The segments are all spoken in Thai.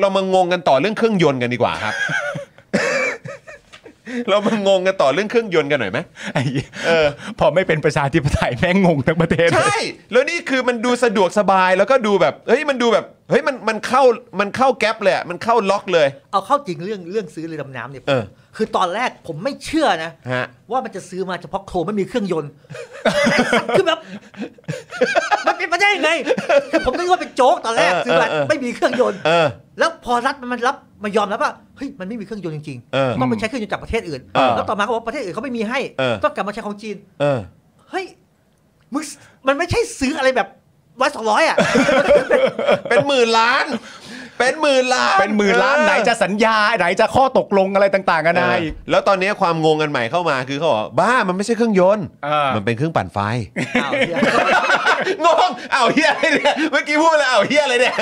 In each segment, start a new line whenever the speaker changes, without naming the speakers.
เรามางงกันต่อเรื่องเครื่องยนต์กันดีกว่าครับ เรามางงกันต่อเรื่องเครื่องยนต์กันหน่อยไหม
ไอ้เหี้ย
เออ
พอไม่เป็นประชาธิปไตยแม่งงงทั้งประเทศเลย
ใช่ แล้วนี่คือมันดูสะดวกสบายแล้วก็ดูแบบเฮ้ยมันดูแบบเฮ้ยมันมันเข้ามันเข้าแก๊ปเลยอะมันเข้าล็อกเลย
เอาเข้าจริงเรื่องเรื่องซื้อเรือดำน้ำเนี่ย
เออ
คือตอนแรกผมไม่เชื่อนะ
ฮะ
ว่ามันจะซื้อมาเฉพาะโครงไม่มีเครื่องยนต์ คือแบบ มันเป็นไปได้ยังไงคือผมนึกว่าเป็นโจ๊กตอนแรก
เออ
ซื้อมา
เออเออ
ไม่มีเครื่องยนต์
เออ
แล้วพอรัฐมันรับมายอมรับว่าเฮ้ยมันไม่มีเครื่องยนต์จริง
เออ
ต้องไปใช้เครื่องยนต์จากประเทศอื่น
เออ
แล้วต่อมาก็บอกว่าประเทศอื่นเขาไม่มีให้
เออ
ต้องกลับมาใช้ของจีน
เออ
เฮ้ยมึงมันไม่ใช่ซื้ออะไรแบบร้อยสองร้อย อ่ะ
เป็นหมื่นล้าน เป็นหมื่นล้าน
เป็นหมื่นล้าน
เออ
ไหนจะสัญญาไหนจะข้อตกลงอะไรต่างๆ
เอ
กั
น
นา
อย
อีก
แล้วตอนนี้ความงงกันใหม่เข้ามาคือเขาบอกบ้ามันไม่ใช่เครื่องยนต์
เออ
มันเป็นเครื่องปั่นไฟ
อ้าวเหี้ย
งงอ้าวเฮียอะไรเนี่ย เมื่อกี้พูดแล้วอ้าวเฮียอะไรเนี่ย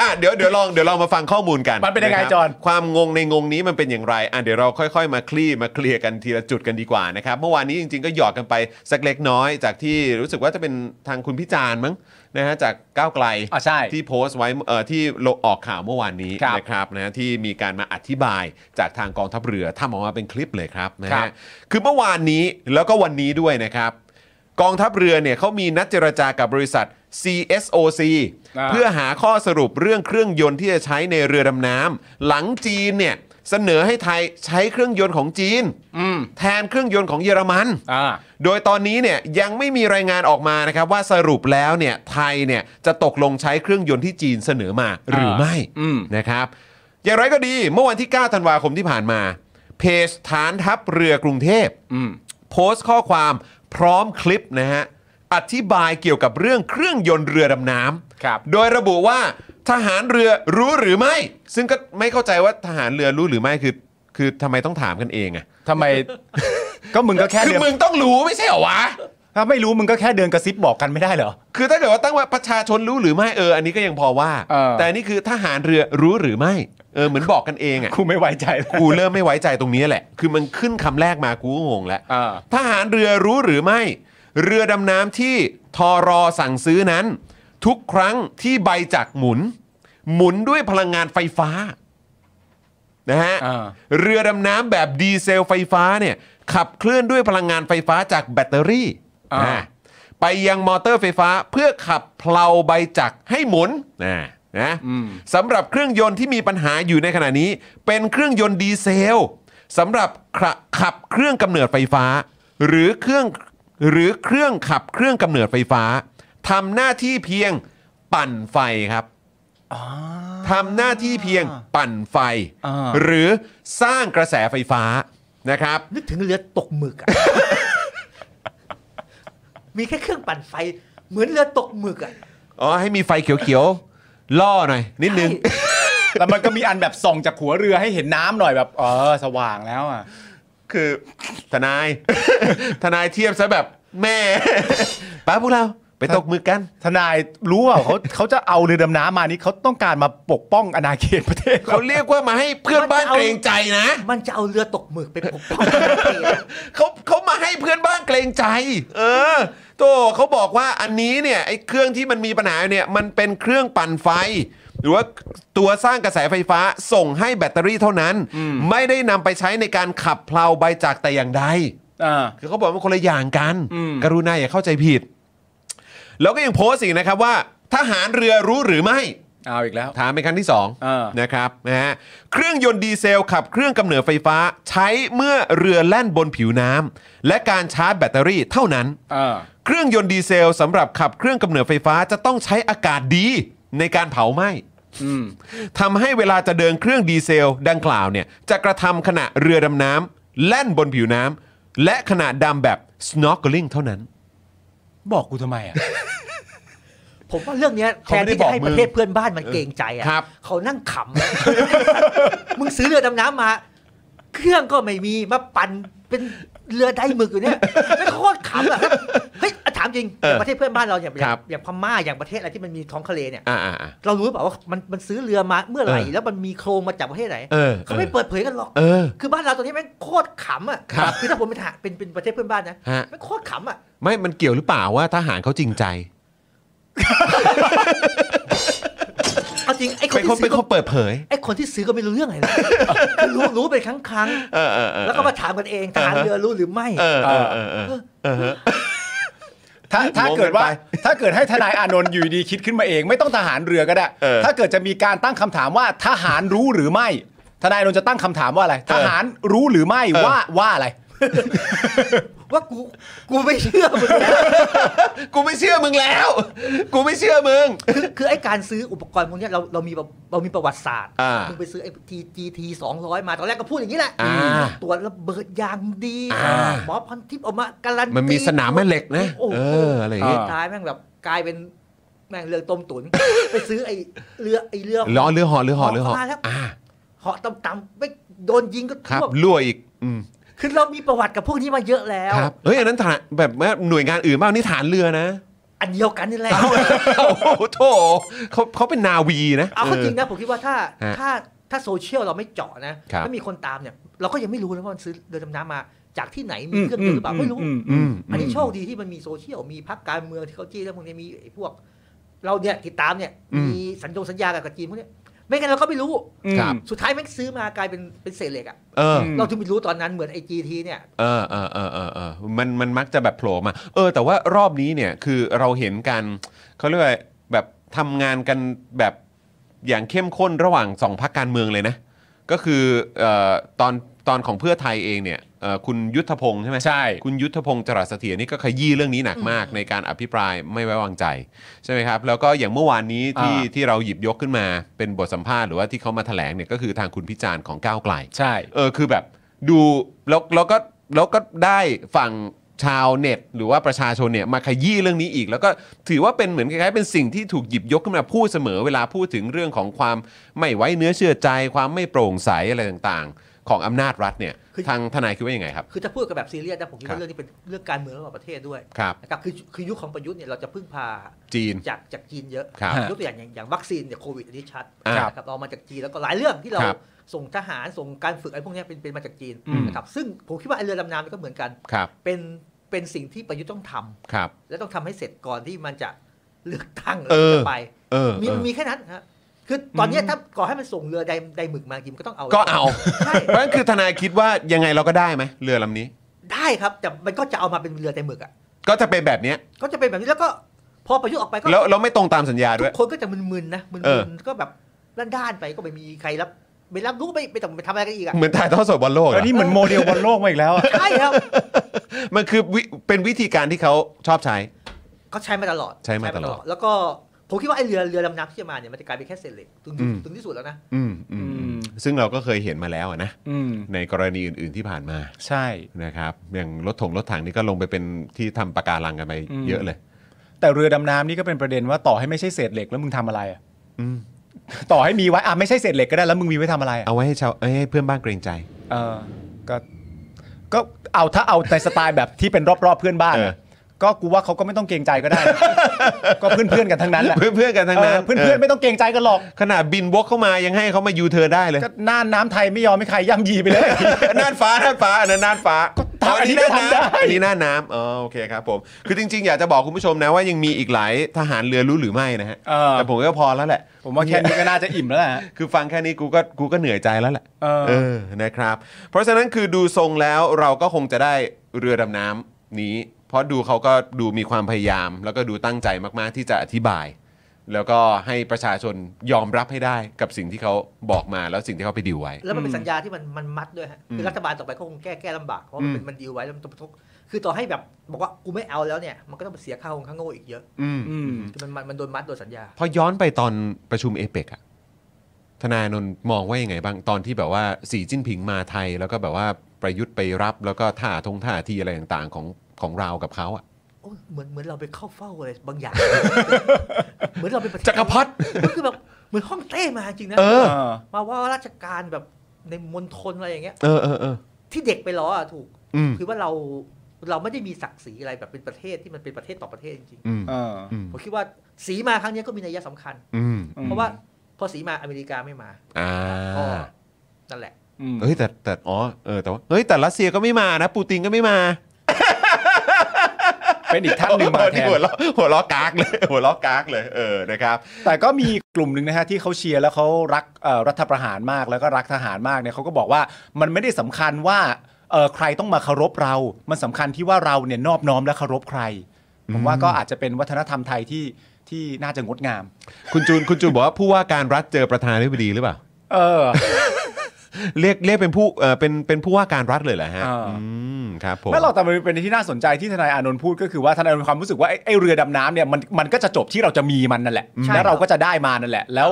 อ่ะเดี๋ยวเดี๋ยวลองเดี๋ยวลองมาฟังข้อมูลกัน
มันเป็นยังไง
ะคบ
จอน
ความงงในงงนี้มันเป็นอย่างไร อ่ะเดี๋ยวเราค่อยๆ มาคลี่มาเคลียร์กันทีละจุดกันดีกว่านะครับ เมื่อวานนี้จริงๆ ก็หยอกกันไปสักเล็กน้อยจากที่รู้สึกว่าจะเป็นทางคุณพิจารณ์มั้งนะฮะจากก้าวไกล
อ่ะใช่
ที่โพสต์ไว้เอ่อที่ลงออกข่าวเมื่อวานนี้
ครับ
นะครับนะฮะที่มีการมาอธิบายจากทางกองทัพเรือทำออกมาเป็นคลิปเลยครับนะ
ครั
ฮะ
บ
คือเมื่อวานนี้แล้วก็วันนี้ด้วยนะครับ กองทัพเรือเนี่ยเขามีนัดเจรจากับบริษัท CSOC
อ่า
เพื่อหาข้อสรุปเรื่องเครื่องยนต์ที่จะใช้ในเรือดำน้ำหลังจีนเนี่ยเสนอให้ไทยใช้เครื่องยนต์ของจีน
อืม
แทนเครื่องยนต์ของเยอรมัน
อ่า
โดยตอนนี้เนี่ยยังไม่มีรายงานออกมานะครับว่าสรุปแล้วเนี่ยไทยเนี่ยจะตกลงใช้เครื่องยนต์ที่จีนเสนอมาหรือไม่
อืม
นะครับอย่างไรก็ดีเมื่อวันที่ 9 ธันวาคมที่ผ่านมา เพจฐานทัพเรือกรุงเทพ
อืม
โพสต์ข้อความพร้อมคลิปนะฮะ อธิบายเกี่ยวกับเรื่องเครื่องยนต์เรือดำน้ำ
ครับ
โดยระบุว่าทหารเรือรู้หรือไม่ ซึ่งก็ไม่เข้าใจว่าทหารเรือรู้หรือไม่คือ คือทำไมต้องถามกันเองอะ
ทำไม ก็มึงก็แค่
คือ
เดิน
มึงต้องรู้ไม่ใช่เหรอวะ
ถ้าไม่รู้มึงก็แค่เดินกระซิบบอกกันไม่ได้เหรอ
คือถ้าเกิดว่าตั้งว่าประชาชนรู้หรือไม่เอออันนี้ก็ยังพอว่า
เออ
แต่อันนี่คือทหารเรือรู้หรือไม่เออเหมือนบอกกันเองอะ
กูไม่ไว้ใจแล้ว
กูเริ่มไม่ไว้ใจตรงนี้แหละ คือมันขึ้นคำแรกมากูก็งงแล้ว
เออ
ทหารเรือรู้หรือไม่ เรือดำน้ำที่ทอรอสั่งซื้อนั้น ทุกครั้งที่ใบจักรหมุน หมุนด้วยพลังงานไฟฟ้านะฮะ
เออ
เรือดำน้ำแบบดีเซลไฟฟ้าเนี่ยขับเคลื่อนด้วยพลังงานไฟฟ้าจากแบตเตอรี่
อ่า
อ่าไปยังมอเตอร์ไฟฟ้าเพื่อขับเพลาใบจักรให้หมุนนะนะสำหรับเครื่องยนต์ที่มีปัญหาอยู่ในขณะนี้ เป็นเครื่องยนต์ดีเซลสำหรับขะขับเครื่องกำเนิดไฟฟ้า หรือเครื่องหรือเครื่องขับเครื่องกำเนิดไฟฟ้าทำหน้าที่เพียงปั่นไฟครับทำหน้าที่เพียงปั่นไฟ
อ่า
หรือสร้างกระแสไฟฟ้านะครับ
นึกถึงเรือตกหมึกอะ มีแค่เครื่องปั่นไฟ เหมือนเรือตกหมึกอะ
อ๋อ ให้มีไฟเขียวๆ ล่อหน่อย นิดนึง
แล้วมันก็มีอันแบบส่องจากหัวเรือให้เห็นน้ำหน่อยแบบเออสว่างแล้วอ่ะ
คือทนาย ทนายเทียบซะแบบแม่ ป้าพวกเราไปตกมือกัน
ทนายรู้ว่าเขาเขาจะเอาเรือดำน้ำมานี่เขาต้องการมาปกป้องอาณาเขตประเทศ
เขาเรียกว่ามาให้เพื่อนบ้าน
มันจะเอา
เกรงใจนะ
มันจะเอาเรือตกหมึกไปปก ป้อง
เขาเขามาให้เพื่อนบ้านเกรงใจ เออโตเขาบอกว่าอันนี้เนี่ยไอ้เครื่องที่มันมีปัญหาเนี่ยมันเป็นเครื่องปั่นไฟ หรือว่าตัวสร้างกระแสไฟฟ้าส่งให้แบตเตอรี่เท่านั้น ไม่ได้นำไปใช้ในการขับเพลาใบจากรแต่อย่างใด
อ่า
คือเขาบอกว่าคนละอย่างกัน
อืม
กรุณาอย่าเข้าใจผิด แล้วก็ยังโพสต์อีกนะครับว่า ทหารเรือรู้หรือไม่
เอาอีกแล้ว
ถามเป็นครั้งที่
เออ
2นะครับนะฮะเครื่องยนต์ดีเซลขับเครื่องกำเนิดไฟฟ้าใช้เมื่อเรือแล่นบนผิวน้ำและการชาร์จแบตเตอรี่เท่านั้น
เออ
เครื่องยนต์ดีเซลสำหรับขับเครื่องกำเนิดไฟฟ้าจะต้องใช้อากาศดีในการเผาไหม้
อืม
ทำให้เวลาจะเดินเครื่องดีเซลดังกล่าวเนี่ยจะกระทำขณะเรือดำน้ำแล่นบนผิวน้ำและขณะดำแบบ snorkeling เท่านั้น
บอกกูทำไมอ่ะ
ผมว่าเรื่องเนี้ยแท
เขา
น
ไม่ได้
ที่จะให้
บอกมึง
ประเทศเพื่อนบ้านมันเกรงใจอ่ะ
ครับ
เขานั่งขำ มึงซื้อเรือดำน้ำมา เครื่องก็ไม่มีมาปั่นเป็นเรือไดหมึกอยู่เนี่ยไม่โคตรขำอ่ะเฮ้ยอ่ะถามจริงอย่างประเทศเพื่อนบ้านเราอย่างอย่างอย่างพม่าอย่างประเทศอะไรที่มันมีท้องทะเลเนี่ย
อ่าอ่าอ่า
เรารู้หรือเปล่าว่ามันมันซื้อเรือมาเมื่อไหร่
เออ
แล้วมันมีโครงมาจากประเทศไหน
เออ
เขาไม่
เออ
เปิดเผยกันหรอก
เออ
คือบ้านเราตอนนี้แม่งโคตรขำอ่ะ
ครับ
คือถ้าผมเป็นทหารเป็นเป็นประเทศเพื่อนบ้านนะ
ฮะ
แม่งโคตรขำอ่ะ
ไม่ มันเกี่ยวหรือเปล่าว่าทหารเขาจริงใจ
เอา จริงไอ้คน
เป็นคน
ที่ซื้
เป็
อ
ค
นก็
นเปิดเผย
ไอ้คนที่ซื้อก็ไม่รู้เรื่องอะไรเลยคือรู้รู้เป็นครั้งครั้ง
เออเออเออ
ๆแล้วก็มาถามกันเองทหารเรือรู้หรือไม่
เออเออเออเออ
ถ้าถ้าง
ง
เกิดว่า
ไป
ถ้าเกิดให้ทนายอานนท์อยู่ดีคิดขึ้นมาเอง ไม่ต้องทหารเรือก็ได้
เออ
ถ้าเกิดจะมีการตั้งคำถามว่าทหารรู้หรือไม่ ทนายอานนท์จะตั้งคำถามว่าอะไร ทหารรู้หรือไม่
เออ
ว่าว่าอะไร
ว่ากูกูไม่เชื่อมึงนะ
กูไม่เชื่อมึงแล้ว กูไม่เชื่อมึง
คือคือไอ้การซื้ออุปกรณ์พวกเนี้ยเราเรามีแบบเรามีประวัติศาสตร์
อ่ามึ
มึงไปซื้อไอ้ทีจีทีสองร้อยมาตอนแรกก็พูดอย่างนี้แหละ
อ่า
ตรวจระเบิดยางดี
อ่า
หมอพันทิพย์ออกมาการันตี
มันมีสนามแม่เหล็กนะ
โอ้โห
เอออะไรอย่างงี้
สุดท้ายแม่งแบบกลายเป็นแม่งเรือต้ม ตุ๋นไปซื้อไอ้เรือไอ้เรือ
ล้อเรือหอเรือหอเรือหอ
มาแล้ว
อ่า
เหาะต่ำๆไม่โดนยิงก็
ครับ
ท่วม
รั่วอีกอืม
คือเรามีประวัติกับพวกนี้มาเยอะแล้ว
ครับเฮ้ยอันนั้นฐานแบบว่าหน่วยงานอื่นบ้างนี่ฐานเรือนะ
อันเดียวกันนี่แหละ
โอ้โหโถเขาเขาเป็นนาวีนะ
เอาเข้าจริงนะผมคิดว่าถ้า
ฮะ
ถ้าถ้าโซเชียลเราไม่เจาะนะครับ ถ้ามีคนตามเนี่ย เราก็ยังไม่รู้เลยว่ามันซื้อเรือดำน้ำมาจากที่ไหน
อื
มีเครื่องบินหรือเปล่าไม่รู้
อื
อืม
อันนี้โชคดีที่มันมีโซเชียลมีพักการเมืองที่เขาจี้แล้วพวกนี้มีไอ้พวก เราเนี่ยติดตามเนี่ยมีสัญญงสัญญากับจีนพวกเนี้ยไม่งั้นเราก็ไม่รู้
อืม
ครับ
สุดท้ายแม่งซื้อมากลายเป็นเป็นเศษเหล็กอะ
เออ
ม
เราถึงไปรู้ตอนนั้นเหมือนไอจีทีเนี่ย
เออเออเออเออเออมันมันมักจะแบบโผล่มา เออ แต่ว่ารอบนี้เนี่ยคือเราเห็นกันเขาเรียกว่าแบบทำงานกันแบบอย่างเข้มข้นระหว่างสองพักการเมืองเลยนะ ก็คือเอ่อตอนตอนของเพื่อไทยเองเนี่ยเอ่อคุณยุทธพงศ์ใช่ไหม
ใช่
คุณยุทธพงศ์จรัสเสถียรนี่ก็ขยี้เรื่องนี้หนักมากในการอภิปรายไม่ไว้วางใจใช่ไหมครับ แล้วก็อย่างเมื่อวานนี้ที่
อ่า
ที่เราหยิบยกขึ้นมาเป็นบทสัมภาษณ์หรือว่าที่เขามาแถลงเนี่ยก็คือทางคุณพิจารณ์ของก้าวไกล
ใช่
เออคือแบบดูแล้วแล้วก็แล้วก็ได้ฝั่งชาวเน็ต หรือว่าประชาชนเนี่ยมาขยี้เรื่องนี้อีก แล้วก็ถือว่าเป็นเหมือนคล้ายๆเป็นสิ่งที่ถูกหยิบยกขึ้นมาพูดเสมอเวลาพูดถึงเรื่องของความไม่ไว้เนื้อเชื่อใจ ความไม่โปร่งใสอะไรต่างๆ ของอำนาจรัฐเนี่ย
คือ
ทางทนายคิดว่ายังไงครับ
คือถ้าพูดกันแบบซีเรียสนะผมคิด
ครับ
ว่าเรื่องนี้เป็นเรื่องการเมืองระหว่างประเทศด้วย
ครับ
นะครับคือคือยุคของประยุทธ์เนี่ยเราจะพึ่งพา
จีน
จากจากจีนเยอะ
ครับ
ยกตัวอย่างอย่างอย่างวัคซีนเนี่ยโควิดอันนี้ชัด
อ่า
นะครับเอามาจากจีนแล้วก็หลายเรื่องที่เรา
ครับ
ส่งทหารส่งการฝึกอะไรพวกเนี้ยเป็นเป็นมาจากจีน
อืม
นะครับซึ่งผมคิดว่าไอ้เรือดำน้ำมันก็เหมือนกัน
ครับ
เป็นเป็นสิ่งที่ประยุทธ์ต้องทำ
ครับ
และต้องทำให้เสร็จก่อนที่มันจะเลือกตั้ง
เออ
จะไป
เออ
มี
เออ
มีแค่นั้นฮะคือตอนเนี้ยถ้าก่อนให้มันส่งเรือใดใดหมึกมาจริงมันก็ต้องเอา
ก็เอา
ใช่
เพราะฉะนั้นคือทนายคิดว่ายังไงเราก็ได้ไหมเรือลำนี้
ได้ครับแต่มันก็จะเอามาเป็นเรือใดหมึกอ่ะ
ก็จะเป็นแบบเนี้ย
ก็จะเป็นแบบนี้แล้วก็พอประยุทธ์ออกไปก็
แล้วเราไม่ตรงตามสัญญาด้วย
ทุกคนก็จะมึนๆนะมึ
เออ
นๆก็แบบด้านๆไปก็ไม่มีใครรับไม่รับรู้ไม่ไม่ต้องไปทำอะไรกันอีกอ่ะ
เหมือนถ่ายทอดสดบอลโลกเหร
อั
อน
นี้เหมือนโมเดลบอลโลกมาอีกแล้วอะ
ใช่ครับ
มันคือวิเป็นวิธีการที่เขาชอบใช้
เขาใช้มาตลอด
ใช้มาตลอด
แล้วก็ผมคิดว่าไอ้เรือเรือดำน้ำที่จะมาเนี่ยมันจะกลายเป็นแค่เศษเหล็กถึง
อืม
ถึงที่สุดแล้วนะ
อืมอืม
อืม
ซึ่งเราก็เคยเห็นมาแล้วอะนะ
อืม
ในกรณีอื่น ๆที่ผ่านมา
ใช่
นะครับ อย่างรถถงรถถังนี่ก็ลงไปเป็นที่ทำปะการังกันไป
อืม
เยอะเลย
แต่เรือดำน้ำนี่ก็เป็นประเด็นว่าต่อให้ไม่ใช่เศษเหล็กแล้วมึงทำอะไรอะ
อืม
ต่อให้มีไว้อ่ะไม่ใช่เศษเหล็กก็ได้แล้วมึงมีไว้ทำอะไรอะ
เอาไว้ให้ชาวเอ้ยให้เพื่อนบ้านเกรงใจ
เออก็ก็เอาถ้าเอาในสไตล์แบบที่เป็นรอบๆเพื่อนบ้าน
เออ
อะก็กูว่าเขาก็ไม่ต้องเกรงใจก็ได้ นะก็เพื่อนๆกันทั้งนั้นแหละ
เพื่อนเพื่อนๆกันทั้งนั้น
เออเพื่อนๆไม่ต้องเกรงใจกันหรอก
ขนาดบินวกเข้ามายังให้เขามายูเธอได้ เลย
ก็น่านน้ำไทยไม่ยอมให้ใครย่ำยีไปเลย
น่านฟ้าน่านฟ้าอันนั้นน่านฟ้า
ก็ทำอันนี้ก็ทำได้
อันนี้น่านน้ำอ๋อโอเคครับผม คือจริง ๆ อยากจะบอกคุณผู้ชมนะว่ายังมีอีกหลายทหารเรือรู้หรือไม่นะฮะ
เออ
แต่ผมก็พอแล้วแหละ
ผมว่าแค่นี้ก็น่าจะอิ่มแล้วแหละ
คือฟังแค่นี้กูก็กูก็เหนื่อยใจแล้วแหละ
เออ
นะครับ เพราะฉะนั้นคือดูทรงแล้วเราก็คงจะได้เรือดำน้ำนี้ เพราะดูเขาก็ดูมีความพยายาม แล้วก็ดูตั้งใจมาก ๆ ที่จะอธิบาย แล้วก็ให้ประชาชนยอมรับให้ได้กับสิ่งที่เขาบอกมาแล้วสิ่งที่เขาไปดีลไว้
แล้วมันเป็น
อืม
สัญญาที่มันมันมัดด้วยฮะคือ
ม
รัฐบาลต่อไปก็คงแก้แก้ลำบากเพราะ
อื
มั
ม
นเป็นมันดีลไว้แล้วมันต้องทุกคือต่อให้แบบบอกว่ากูไม่เอาแล้วเนี่ยมันก็ต้องไปเสียค่าของข้างโง่อีกเยอะ
อืม
อืม
คือมันมันมันโดนมัดโดยสัญญา
พอย้อนไปตอนประชุมเอเปกอะทนายอานนท์มองว่ายังไงบ้างตอนที่แบบว่าสีจิ้นผิงมาไทย แล้วก็แบบว่าประยุทธ์ไปรับ แล้วก็ท่าทงท่าทีอะไรต่างๆของของเรากับเขาอะ
โอ้ยเหมือนเหมือนเราไปเข้าเฝ้าอะไรบาง อย่าง เหมือนเราเป็นปะเทศ
จักรพรรดิ
มันคือแบบเหมือนห้องเต้มาจริงนะ
เออ
เออ
มาว่าราชการแบบในมณฑลอะไรอย่างเงี้ย
เออเออเออ
ที่เด็กไปล้ออ่ะถูก
อืม
คือว่าเราเราไม่ได้มีศักดิ์ศรีอะไรแบบเป็นประเทศที่มันเป็นประเทศต่อประเทศจริง
อืม
เออ
อืม
ๆผมคิดว่าสีมาครั้งนี้ก็มีนัยสำคัญ
อืม
อืม
เพราะว่าพอสีมาอเมริกาไม่มา
อ่า
ก็นั่นแหละ
อืม
เฮ้ยแต่แต่อ๋อเออแต่ว่าเฮ้ยแต่รัสเซียก็ไม่มานะ ปูตินก็ไม่มา
เป็นอีกท่านหนึ่งมาแท
ที่
น
หัวล้อหัวล้อกากเลย หัวล้อกากเลยเออนะครับ
แต่ก็มีกลุ่มหนึ่งนะฮะที่เขาเชียร์แล้วเขารักเอ่อรัฐประหารมากแล้วก็รักทหารมากเนี่ยเขาก็บอกว่ามันไม่ได้สำคัญว่าเอ่อใครต้องมาเคารพเรา มันสำคัญที่ว่าเราเนี่ยนอบน้อมและเคารพใคร ผมว่าก็อาจจะเป็นวัฒนธรรมไทยที่ที่น่าจะงดงาม
คุณจูนคุณจูนบอกว่าผู้ว่าการรัฐเจอประธานาธิบดีหรือเปล่า
เออ
เรียกเรียกเป็นผู้เอ่อเป็นเป็นผู้ว่าการรัฐเลยเหรอฮะ
อ่า
อืมครับผม
ไม่หรอกแต่มันเป็นที่น่าสนใจที่ทนายอานนท์พูดก็คือว่าทนายอานนท์มีความรู้สึกว่าไอ้ไอ้เรือดำน้ำเนี่ยมันมันก็จะจบที่เราจะมีมันนั่นแหละ
ใช่
แล้วเราก็จะได้มานั่นแหละ แล้ว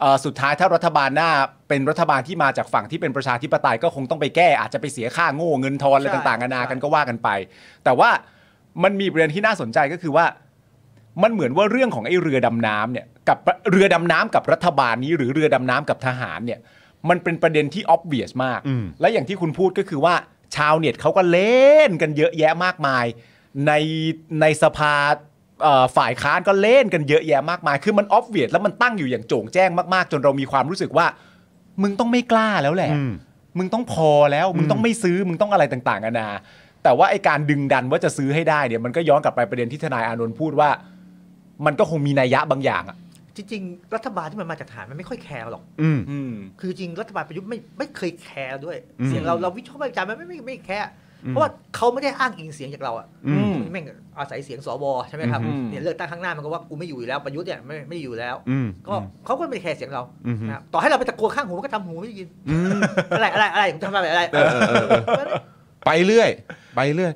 เอ่อสุดท้ายถ้ารัฐบาลหน้าเป็นรัฐบาลที่มาจากฝั่งที่เป็นประชาธิปไตยก็คงต้องไปแก้อาจจะไปเสียค่าโง่เงินทอนอะไรต่างๆนานากันก็ว่ากันไป แต่ว่ามันมีประเด็นที่น่าสนใจก็คือว่า มันเหมือนว่าเรื่องของไอ้เรือดำน้ำเนี่ยกับเรือดำน้ำกับรัฐบาลนี้ หรือเรือดำน้ำกับทหารเนี่ยมันเป็นประเด็นที่ obvious มาก และอย่างที่คุณพูดก็คือว่าชาวเน็ตเขาก็เล่นกันเยอะแยะมากมาย ในในสภาเอ่อฝ่ายค้านก็เล่นกันเยอะแยะมากมายคือมัน obvious แล้วมันตั้งอยู่อย่างโจ่งแจ้งมากๆ จนเรามีความรู้สึกว่า มึงต้องไม่กล้าแล้วแหละ มึงต้องพอแล้ว มึงต้องไม่ซื้อ มึงต้องอะไรต่างๆนานา แต่ว่าไอการดึงดันว่าจะซื้อให้ได้เนี่ย มันก็ย้อนกลับไปประเด็นที่ทนายอานนท์พูดว่า มันก็คงมีนัยยะบางอย่างอ่ะ
จริง ๆ รัฐบาลที่มันมาจากฐานมันไม่ค่อยแคร์หรอก
อืม
อืม
คือจริงรัฐบาลประยุทธ์ไม่ไม่เคยแคร์ด้วย
อืม
เสียงเราเราวิเคราะห์วิจารณ์มันไม่ไม่ไม่แคร์เพราะว่าเขาไม่ได้อ้างอิงเสียงจากเราอ่ะ
อืม
มันแม่งอาศัยเสียงสวใช่ไหมครับ
อืม
เนี่ยเลือกตั้งข้างหน้ามันก็ว่ากูไม่อยู่อยู่แล้วประยุทธ์เนี่ยไม่ไม่อยู่แล้ว
อืม
ก็เขาก็ไม่ได้แคร์เสียงเรา
อืม
นะครับต่อให้เราไปตะโกนข้างหูมันก็ทำหูไม่ได้ยิน
อืม
อะไรอะไรอะไรผมทำอะไรอะไร
เออเออเออไปเรื่อย ไปเรื่อย